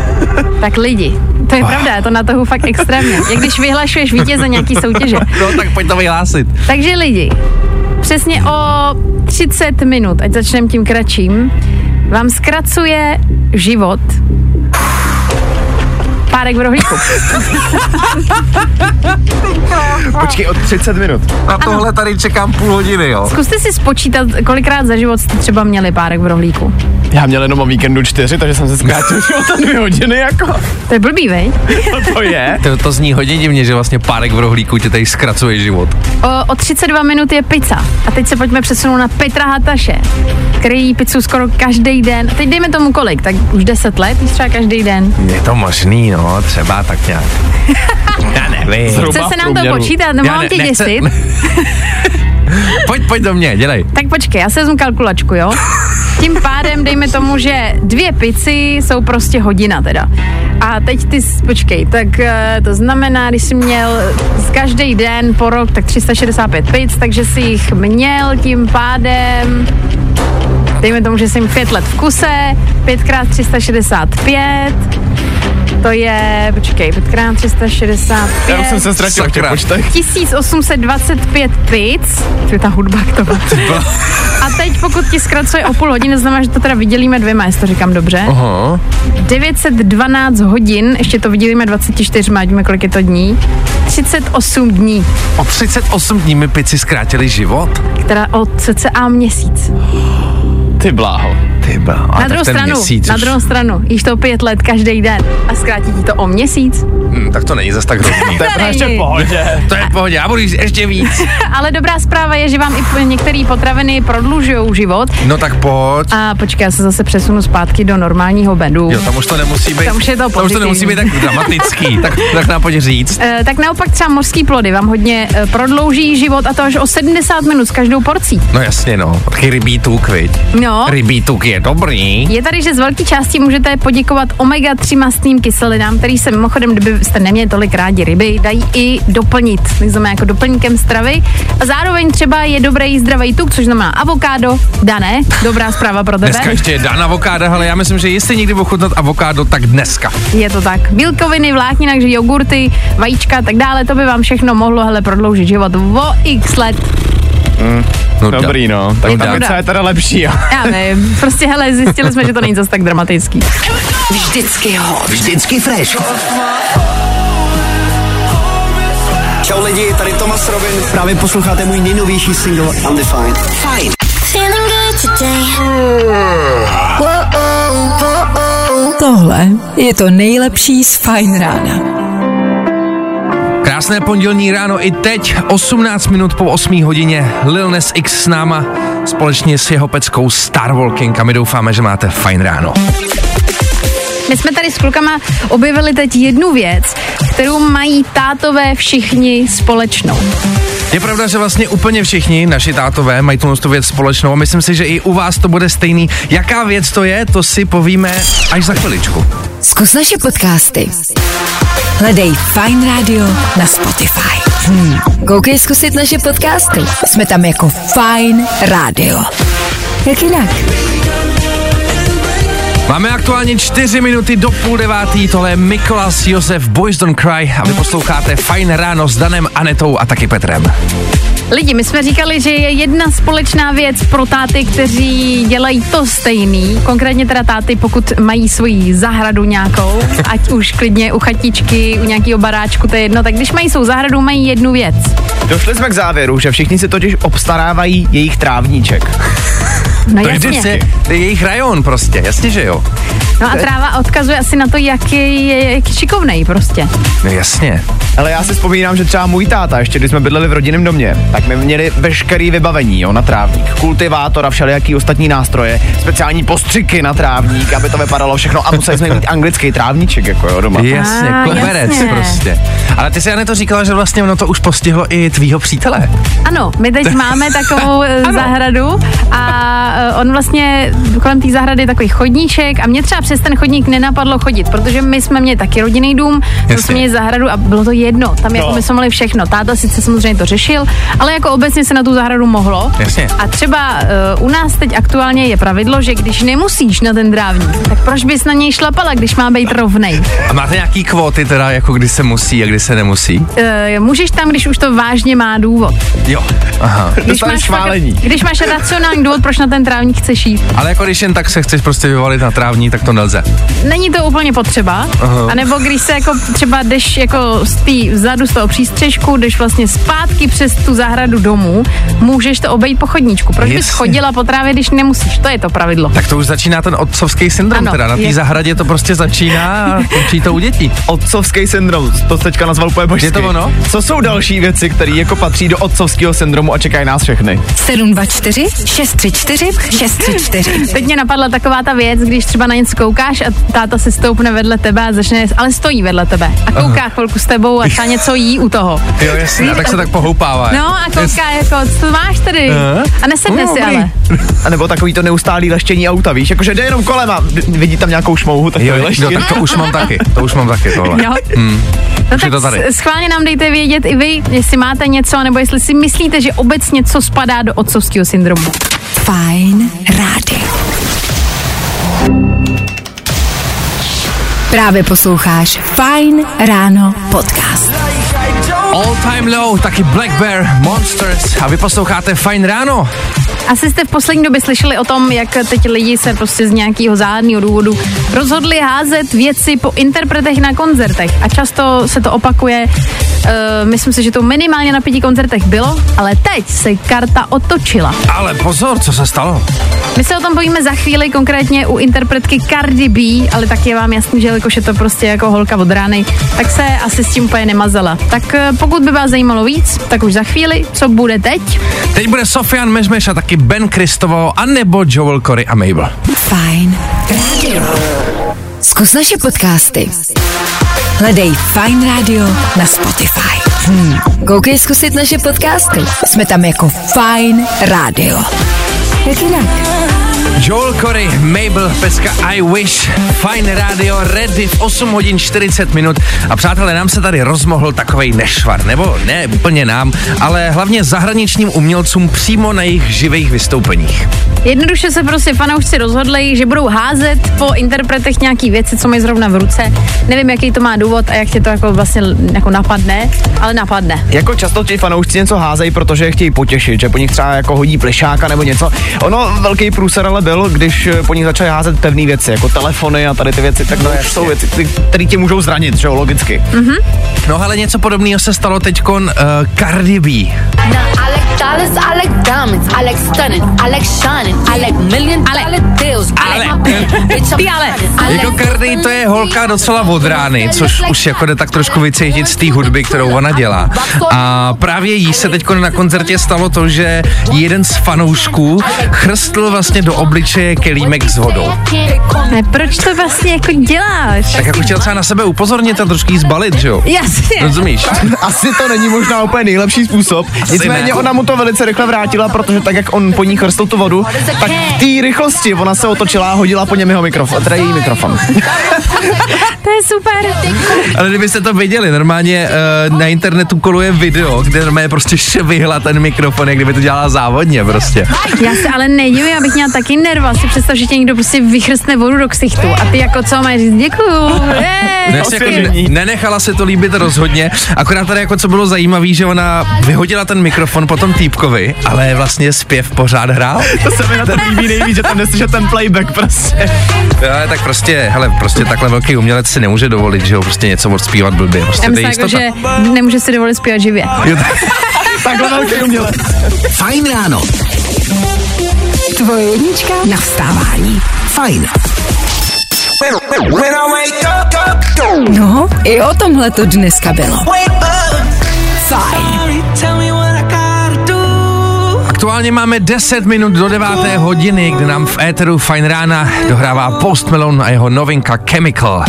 [SPEAKER 5] Tak lidi, to je pravda, já to na toho fakt extrémně. Jak když vyhlašuješ vítěze nějaký soutěže.
[SPEAKER 4] No tak pojď to vyhlásit.
[SPEAKER 5] Takže lidi, přesně o 30 minut, ať začneme tím kratším, vám zkracuje život párek v rohlíku.
[SPEAKER 3] Počkej, od 30 minut.
[SPEAKER 4] Na tohle tady čekám půl hodiny, jo.
[SPEAKER 5] Zkuste si spočítat, kolikrát za život jste třeba měli párek v rohlíku.
[SPEAKER 3] Já měl jenom o víkendu čtyři, takže jsem se zkrátil život na dvě hodiny, jako.
[SPEAKER 5] To je blbý, vej?
[SPEAKER 3] To, to je.
[SPEAKER 4] To, to zní hodně divně, že vlastně párek v rohlíku tě tady zkracuje život.
[SPEAKER 5] O, o 32 minut je pizza. A teď se pojďme přesunout na Petra Hataše, který jí pizzu skoro každý den. A teď dejme tomu kolik, tak už 10 let, když třeba každý den.
[SPEAKER 4] Je to možný, no, třeba tak nějak. Já nevím.
[SPEAKER 5] Chce
[SPEAKER 3] Zhruba
[SPEAKER 5] se
[SPEAKER 3] v
[SPEAKER 5] nám to
[SPEAKER 3] průměru.
[SPEAKER 5] počítat,
[SPEAKER 4] Já
[SPEAKER 5] nemám
[SPEAKER 4] ne-
[SPEAKER 5] No, tě
[SPEAKER 4] nechce-
[SPEAKER 5] děsit.
[SPEAKER 4] pojď, pojď do mě, dělej.
[SPEAKER 5] Tak počkej, já se vezmu kalkulačku, jo? Tím pádem dejme tomu, že dvě pici jsou prostě hodina teda. A teď ty, s- počkej, tak eh, to znamená, když jsi měl z každý den po rok, tak 365 pic, takže si jich měl tím pádem, dejme tomu, že jsi jim pět let v kuse, pětkrát 365, To je, počkej, 5 365.
[SPEAKER 3] Já už jsem se ztratil v těch
[SPEAKER 4] Sakra.
[SPEAKER 3] počtech.
[SPEAKER 5] 1825 pic, to je ta hudba k tomu. A teď pokud ti zkracuje o půl hodiny, znamená, že to teda vydělíme dvěma, jestli to říkám dobře.
[SPEAKER 4] Aha.
[SPEAKER 5] 912 hodin, ještě to vydělíme 24, ať víme, kolik je to dní. 38 dní,
[SPEAKER 4] O 38 dní mi pici zkrátili život.
[SPEAKER 5] která o cca měsíc.
[SPEAKER 3] Ty bláho.
[SPEAKER 4] Ty bá,
[SPEAKER 5] na druhou stranu, na druhou stranu, již to pět let každý den a zkrátí ti to o měsíc.
[SPEAKER 4] hmm, tak to není zas tak hrozný.
[SPEAKER 5] To není.
[SPEAKER 3] No, Ještě v pohodě.
[SPEAKER 4] to je v pohodě, já budu jíst ještě víc.
[SPEAKER 5] Ale dobrá zpráva je, že vám i p- některé potraviny prodlužují život.
[SPEAKER 4] No tak pojď.
[SPEAKER 5] A počkej, já se zase přesunu zpátky do normálního bedu.
[SPEAKER 4] Jo, tam už to nemusí být.
[SPEAKER 5] Tam už je to
[SPEAKER 4] tam už to nemusí být tak
[SPEAKER 5] pozitivní.
[SPEAKER 4] dramatický. tak, tak nám pojď říct.
[SPEAKER 5] E, tak naopak třeba mořský plody vám hodně e, prodlouží život a to až o 70 minut s každou porcí.
[SPEAKER 4] No jasně no, taky rybí tuk, viď?
[SPEAKER 5] No.
[SPEAKER 4] Rybí tuk je dobrý.
[SPEAKER 5] Je tady, že z velké části můžete poděkovat omega-3 mastným kyselinám, který se mimochodem, kdybyste neměli tolik rádi ryby, dají i doplnit. To znamená jako doplňkem stravy. A zároveň třeba je dobré jíst zdravý tuk, což znamená avokádo, dané, dobrá zpráva pro tebe.
[SPEAKER 4] Dneska ještě je dan avokáda, ale já myslím, že jestli někdy ochutnat avokádo, tak dneska.
[SPEAKER 5] Je to tak. Bílkoviny, vláknina, takže jogurty, vajíčka a tak dále, to by vám všechno mohlo hele, prodloužit život o x let.
[SPEAKER 4] No, da-
[SPEAKER 3] Dobrý no, tak
[SPEAKER 5] Je
[SPEAKER 3] ta
[SPEAKER 5] to
[SPEAKER 3] pizza
[SPEAKER 5] pravda.
[SPEAKER 3] je teda lepší. Jo.
[SPEAKER 5] Já nevím, prostě hele, zjistili jsme, že to není zas tak dramatický.
[SPEAKER 1] Vždycky hot. Vždycky fresh.
[SPEAKER 11] Čau lidi, tady Tomas Robin. Právě posloucháte můj nejnovější single Undefined.
[SPEAKER 1] Fajn.
[SPEAKER 7] Feeling good today.
[SPEAKER 2] Tohle je to nejlepší z Fajn rána.
[SPEAKER 4] Krásné pondělní ráno i teď, 18 minut po 8 hodině, Lil Nas X s náma, společně s jeho peckou Starwalking a my doufáme, že máte fajn ráno.
[SPEAKER 5] My jsme tady s klukama objevili teď jednu věc, kterou mají tátové všichni společnou.
[SPEAKER 4] Je pravda, že vlastně úplně všichni naši tátové mají tu tu věc společnou a myslím si, že i u vás to bude stejný. Jaká věc to je, to si povíme až za chviličku.
[SPEAKER 2] Zkus naše podcasty. Hledej Fine Radio na Spotify. Hmm. Koukej zkusit naše podcasty. Jsme tam jako Fine Radio. Jak jinak?
[SPEAKER 4] Máme aktuálně 4 minuty do půl devátý, tohle je Mikolas Josef Boys Don't Cry a vy posloucháte Fajn ráno s Danem, Anetou a taky Petrem.
[SPEAKER 5] Lidi, my jsme říkali, že je jedna společná věc pro táty, kteří dělají to stejný. Konkrétně teda táty, pokud mají svoji zahradu nějakou, ať už klidně u chatičky, u nějakého baráčku, to je jedno, tak když mají svou zahradu, mají jednu věc.
[SPEAKER 3] Došli jsme k závěru, že všichni si totiž obstarávají jejich trávníček.
[SPEAKER 5] No
[SPEAKER 4] To je,
[SPEAKER 5] jasně.
[SPEAKER 4] prostě, to je jejich rajon prostě, jasně že jo.
[SPEAKER 5] No a tráva odkazuje asi na to, jak je, je, je šikovnej prostě.
[SPEAKER 4] No jasně.
[SPEAKER 3] Ale já si vzpomínám, že třeba můj táta, ještě když jsme bydleli v rodinném domě, tak my měli veškerý vybavení jo, na trávník. Kultivátor a všelijaký ostatní nástroje, speciální postřiky na trávník, aby to vypadalo všechno. A museli jsme mít anglický trávníček jako jo, doma.
[SPEAKER 4] Jasně,
[SPEAKER 5] Ah,
[SPEAKER 4] koberec
[SPEAKER 5] jasně.
[SPEAKER 4] prostě. Ale ty si, Ane, to říkala, že vlastně ono to už postihlo i tvýho přítele.
[SPEAKER 5] Ano, my teď máme takovou eh, zahradu a eh, on vlastně kolem té zahrady je takový chodníček a mě třeba přes ten chodník nenapadlo chodit, protože my jsme měli taky rodinný dům, my
[SPEAKER 4] Jasně.
[SPEAKER 5] jsme měli zahradu a bylo to jedno, tam jako
[SPEAKER 3] No.
[SPEAKER 5] my jsme měli všechno. Táta sice samozřejmě to řešil, ale jako obecně se na tu zahradu mohlo.
[SPEAKER 4] Jasně.
[SPEAKER 5] A třeba uh, u nás teď aktuálně je pravidlo, že když nemusíš na ten drávník, tak proč bys na něj šlapala, když má být rovnej?
[SPEAKER 4] A máte nějaký kvóty teda, jako kdy se musí a kdy se nemusí?
[SPEAKER 5] Eh, můžeš tam, když už to vážně má důvod.
[SPEAKER 4] Jo. Aha.
[SPEAKER 5] Když
[SPEAKER 3] Dostaneš
[SPEAKER 5] fakt-
[SPEAKER 3] schválení.
[SPEAKER 5] když máš racionální důvod, proč na ten trávník chceš jít.
[SPEAKER 4] Ale jako když jen tak se chceš prostě vyvalit na trávní, tak to nelze.
[SPEAKER 5] Není to úplně potřeba,
[SPEAKER 4] Aha.
[SPEAKER 5] uh-huh. anebo když se jako třeba jdeš jako z té vzadu, z toho přístřežku, jdeš vlastně zpátky přes tu zahradu domů, můžeš to obejít po chodníčku. Proč bys
[SPEAKER 4] Jasně.
[SPEAKER 5] chodila po trávě, když nemusíš? To je to pravidlo.
[SPEAKER 4] Tak to už začíná ten otcovský syndrom
[SPEAKER 5] Ano,
[SPEAKER 4] teda. Na té
[SPEAKER 5] je-
[SPEAKER 4] zahradě to prostě začíná a končí to u dětí.
[SPEAKER 3] Otcovský syndrom, to jsi teďka nazval úplně božský.
[SPEAKER 4] Je to ono?
[SPEAKER 3] Co jsou další věci, které jako patří do otcovského syndromu a čekají nás všechny?
[SPEAKER 2] 724 634 634.
[SPEAKER 5] Teď mě napadla taková ta věc, když třeba na něco koukáš a táta se stoupne vedle tebe a začne, ale stojí vedle tebe a kouká Aha. chvilku s tebou a třeba něco jí u toho.
[SPEAKER 4] Jo, jasně. A tak se tak pohoupává.
[SPEAKER 5] No a kouká jako, co máš tady? A nesedne
[SPEAKER 4] No,
[SPEAKER 5] si ale.
[SPEAKER 3] A nebo takový to neustálý leštění auta, víš, jakože jde jenom kolem a vidí tam nějakou šmouhu, tak
[SPEAKER 4] Jo,
[SPEAKER 3] to
[SPEAKER 4] jo,
[SPEAKER 3] vyleští.
[SPEAKER 4] tak to už mám taky. To už mám taky tohle.
[SPEAKER 5] Jo. No
[SPEAKER 4] Hmm. už je
[SPEAKER 5] tak
[SPEAKER 4] to tady.
[SPEAKER 5] s- schválně nám dejte vědět i vy, jestli máte něco, nebo jestli si myslíte, že obecně co spadá do otcovského syndromu.
[SPEAKER 2] Fajn rádio. Právě posloucháš Fine Ráno podcast.
[SPEAKER 4] All Time Low, taky Black Bear, Monsters a vy posloucháte Fajn ráno.
[SPEAKER 5] Asi jste v poslední době slyšeli o tom, jak teď lidi se prostě z nějakého záhadného důvodu rozhodli házet věci po interpretech na koncertech. A často se to opakuje. E, myslím si, že to minimálně na pěti koncertech bylo, ale teď se karta otočila.
[SPEAKER 4] Ale pozor, co se stalo?
[SPEAKER 5] My se o tom bojíme za chvíli, konkrétně u interpretky Cardi B, ale tak je vám jasný, že jelikož je to prostě jako holka od rány, tak se asi s tím úplně nemazala. Tak eh, pokud by vás zajímalo víc, tak už za chvíli, co bude teď?
[SPEAKER 4] Teď bude Sofian Mešmeš a taky Ben Kristoval a nebo Joel Corey a Mabel.
[SPEAKER 2] Fajn rádio. Zkus naše podcasty. Hledej Fine Radio na Spotify. Hmm. Koukej zkusit naše podcasty. Jsme tam jako Fine Radio. Jak jinak?
[SPEAKER 4] Joel Corey, Mabel, peska I Wish, Fine Radio, Ready v 8 hodin 40 minut. A přátelé, nám se tady rozmohl takovej nešvar, nebo ne úplně nám, ale hlavně zahraničním umělcům přímo na jejich živých vystoupeních.
[SPEAKER 5] Jednoduše se prostě fanoušci rozhodli, že budou házet po interpretech nějaký věci, co mají zrovna v ruce. Nevím, jaký to má důvod a jak tě to jako vlastně jako napadne, ale napadne.
[SPEAKER 3] Jako často ti fanoušci něco házejí, protože je chtějí potěšit, že po nich třeba jako hodí plišáka nebo něco. Ono velký průser ale byl, když eh, po nich začali házet pevné věci, jako telefony a tady ty věci,
[SPEAKER 4] No
[SPEAKER 3] tak to už jsou věci, ty- které tě můžou zranit, že jo, logicky.
[SPEAKER 4] Mhm. No ale něco podobného se stalo teďkon uh, Cardi B.
[SPEAKER 12] I like dollars, I like diamonds, I like stunning, I like shining, I like million dollar deals. I like my bitch, I'm honest. I
[SPEAKER 4] Jako
[SPEAKER 12] like
[SPEAKER 4] Cardi to je holka docela od rány, což už jako jde tak trošku vycítit z té hudby, kterou ona dělá. A právě jí se teď na koncertě stalo to, že jeden z fanoušků chrstl vlastně do obličeje kelímek s vodou.
[SPEAKER 5] Ne, proč to vlastně jako děláš?
[SPEAKER 4] Tak jako chtěl třeba na sebe upozornit a trošku jí zbalit, že jo?
[SPEAKER 5] Jasně.
[SPEAKER 4] Rozumíš?
[SPEAKER 3] Asi to není možná úplně nejlepší způsob. Nicméně
[SPEAKER 4] ne.
[SPEAKER 3] ona mu to velice rychle vrátila, protože tak jak on po ní chrstl tu vodu, tak v té rychlosti ona se otočila a hodila po něm jeho mikrofon, teda její mikrofon.
[SPEAKER 5] To je super.
[SPEAKER 4] Ale kdybyste to viděli, normálně uh, na internetu koluje video, kde normálně prostě švihla ten mikrofon, jak kdyby to dělala závodně prostě.
[SPEAKER 5] Já se ale nedivím, abych měla taky nerva. Si představ, že tě někdo prostě vychrstne vodu do ksichtu a ty jako co máš říct, děkuju.
[SPEAKER 4] Ne,
[SPEAKER 5] Hey.
[SPEAKER 4] jako ne- nenechala se to líbit rozhodně, akorát tady jako co bylo zajímavé, že ona vyhodila ten mikrofon potom týpkovi, ale vlastně zpěv pořád hrál.
[SPEAKER 3] To se mi na ten líbí nejvíc, že tam neslyšet ten playback prostě.
[SPEAKER 4] Jo, tak prostě, hele, prostě takhle velký umělec si nemůže dovolit, že jo, prostě něco odspívat blbě, prostě
[SPEAKER 5] Já
[SPEAKER 4] to je
[SPEAKER 5] myslím, jako,
[SPEAKER 4] jistota.
[SPEAKER 5] že nemůže si dovolit zpívat živě.
[SPEAKER 4] Jo, tak-
[SPEAKER 3] Takhle velký umělec.
[SPEAKER 1] Fajn ráno.
[SPEAKER 2] Tvoje jednička na vstávání.
[SPEAKER 1] Fajn.
[SPEAKER 2] No, i o tomhle to dneska bylo.
[SPEAKER 6] Fajn.
[SPEAKER 4] Aktuálně máme 10 minut do 9. hodiny, kdy nám v éteru Fine Rána dohrává Post Malone a jeho novinka Chemical.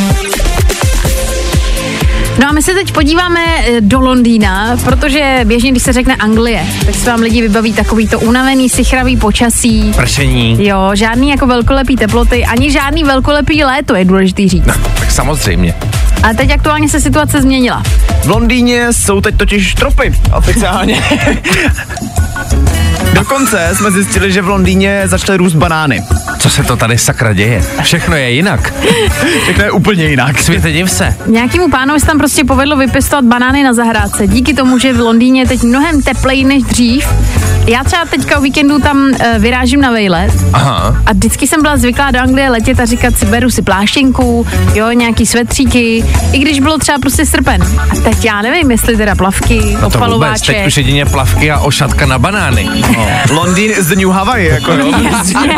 [SPEAKER 5] No a my se teď podíváme eh, do Londýna, protože běžně, když se řekne Anglie, tak se vám lidi vybaví takový to unavený, sichravý počasí.
[SPEAKER 4] Pršení.
[SPEAKER 5] Jo, žádný jako velkolepý teploty, ani žádný velkolepý léto je důležitý říct.
[SPEAKER 4] Tak samozřejmě.
[SPEAKER 5] A teď aktuálně se situace změnila.
[SPEAKER 3] V Londýně jsou teď totiž tropy, oficiálně. Dokonce jsme zjistili, že v Londýně začaly růst banány.
[SPEAKER 4] Co se to tady sakra děje? Všechno je jinak.
[SPEAKER 3] Tak to je úplně jinak.
[SPEAKER 4] Světe div se.
[SPEAKER 5] Nějakému pánovi se tam prostě povedlo vypěstovat banány na zahrádce. Díky tomu, že v Londýně je teď mnohem tepleji než dřív. Já třeba teďka o víkendu tam eh, vyrážím na vejlet
[SPEAKER 4] Aha.
[SPEAKER 5] a vždycky jsem byla zvyklá do Anglie letět a říkat si, beru si pláštěnku, jo, nějaký svetříky, i když bylo třeba prostě srpen. A teď já nevím, jestli teda plavky,
[SPEAKER 4] No to vůbec,
[SPEAKER 5] opalováče.
[SPEAKER 4] teď už jedině plavky a ošatka na banány. No.
[SPEAKER 3] Londýn is the new Hawaii, jako jo.
[SPEAKER 5] Mhm. Jasně.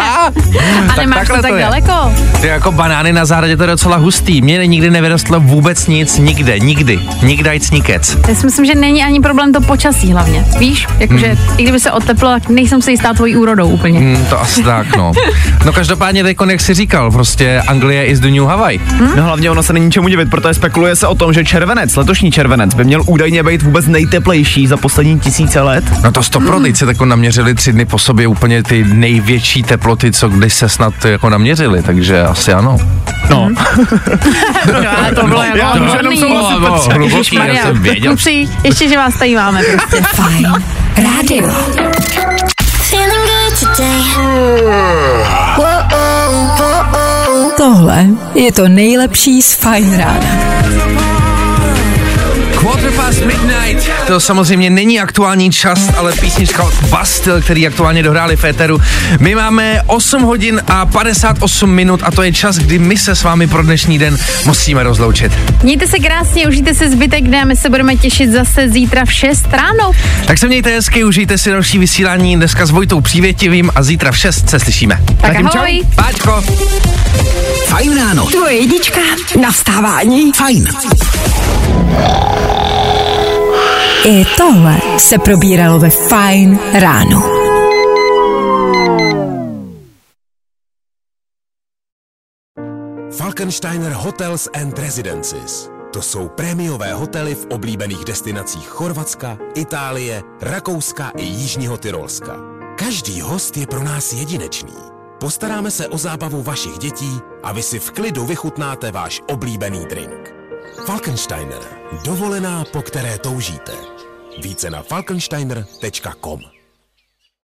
[SPEAKER 5] A nemáš to
[SPEAKER 4] takhle
[SPEAKER 5] tak
[SPEAKER 4] to je.
[SPEAKER 5] daleko?
[SPEAKER 4] Ty jako banány na zahradě to je docela hustý. Mně nikdy nevyrostlo vůbec nic, nikde, nikdy. Nikdajc nikec.
[SPEAKER 5] Já si myslím, že není ani problém to počasí hlavně. Víš, jakože
[SPEAKER 4] Hmm.
[SPEAKER 5] i kdyby se oteplo, tak nejsem si jistá tvojí úrodou úplně.
[SPEAKER 4] Mm, to asi tak, no. No každopádně teď, jak jsi říkal, prostě Anglie is the new Hawaii.
[SPEAKER 3] No hlavně ono se není čemu divit, protože spekuluje se o tom, že červenec, letošní červenec, by měl údajně být vůbec nejteplejší za poslední tisíce let.
[SPEAKER 4] No to stopro, teď se jako naměřili tři dny po sobě úplně ty největší teploty, co kdy se snad jako naměřili, takže asi ano.
[SPEAKER 3] No,
[SPEAKER 5] Ale to bylo jako
[SPEAKER 3] Já můžu jenom
[SPEAKER 5] hodný.
[SPEAKER 3] souhlasit, Petře.
[SPEAKER 4] hluboký, já
[SPEAKER 5] Maria,
[SPEAKER 4] jsem věděl.
[SPEAKER 5] kluci, ještě, že vás tady máme prostě.
[SPEAKER 2] Fajn rádio.
[SPEAKER 7] Feeling good today.
[SPEAKER 2] To Tohle je to nejlepší z Fine Rána.
[SPEAKER 4] Quarter past midnight. To samozřejmě není aktuální čas, ale písnička od Bastille, který aktuálně dohráli v éteru. My máme 8 hodin a 58 minut a to je čas, kdy my se s vámi pro dnešní den musíme rozloučit.
[SPEAKER 5] Mějte se krásně, užijte si zbytek dne a my se budeme těšit zase zítra v 6 ráno.
[SPEAKER 4] Tak se mějte hezky, užijte si další vysílání dneska s Vojtou Přívětivým a zítra v 6 se slyšíme.
[SPEAKER 5] Tak, ahoj.
[SPEAKER 4] Páčko.
[SPEAKER 1] Fajn ráno.
[SPEAKER 2] Tvoje jednička na vstávání.
[SPEAKER 1] Fajn.
[SPEAKER 2] I tohle se probíralo ve Fine ráno.
[SPEAKER 10] Falkensteiner Hotels and Residences. To jsou prémiové hotely v oblíbených destinacích Chorvatska, Itálie, Rakouska i Jižního Tyrolska. Každý host je pro nás jedinečný. Postaráme se o zábavu vašich dětí a vy si v klidu vychutnáte váš oblíbený drink. Falkensteiner. Dovolená, po které toužíte. Více na falkensteiner.com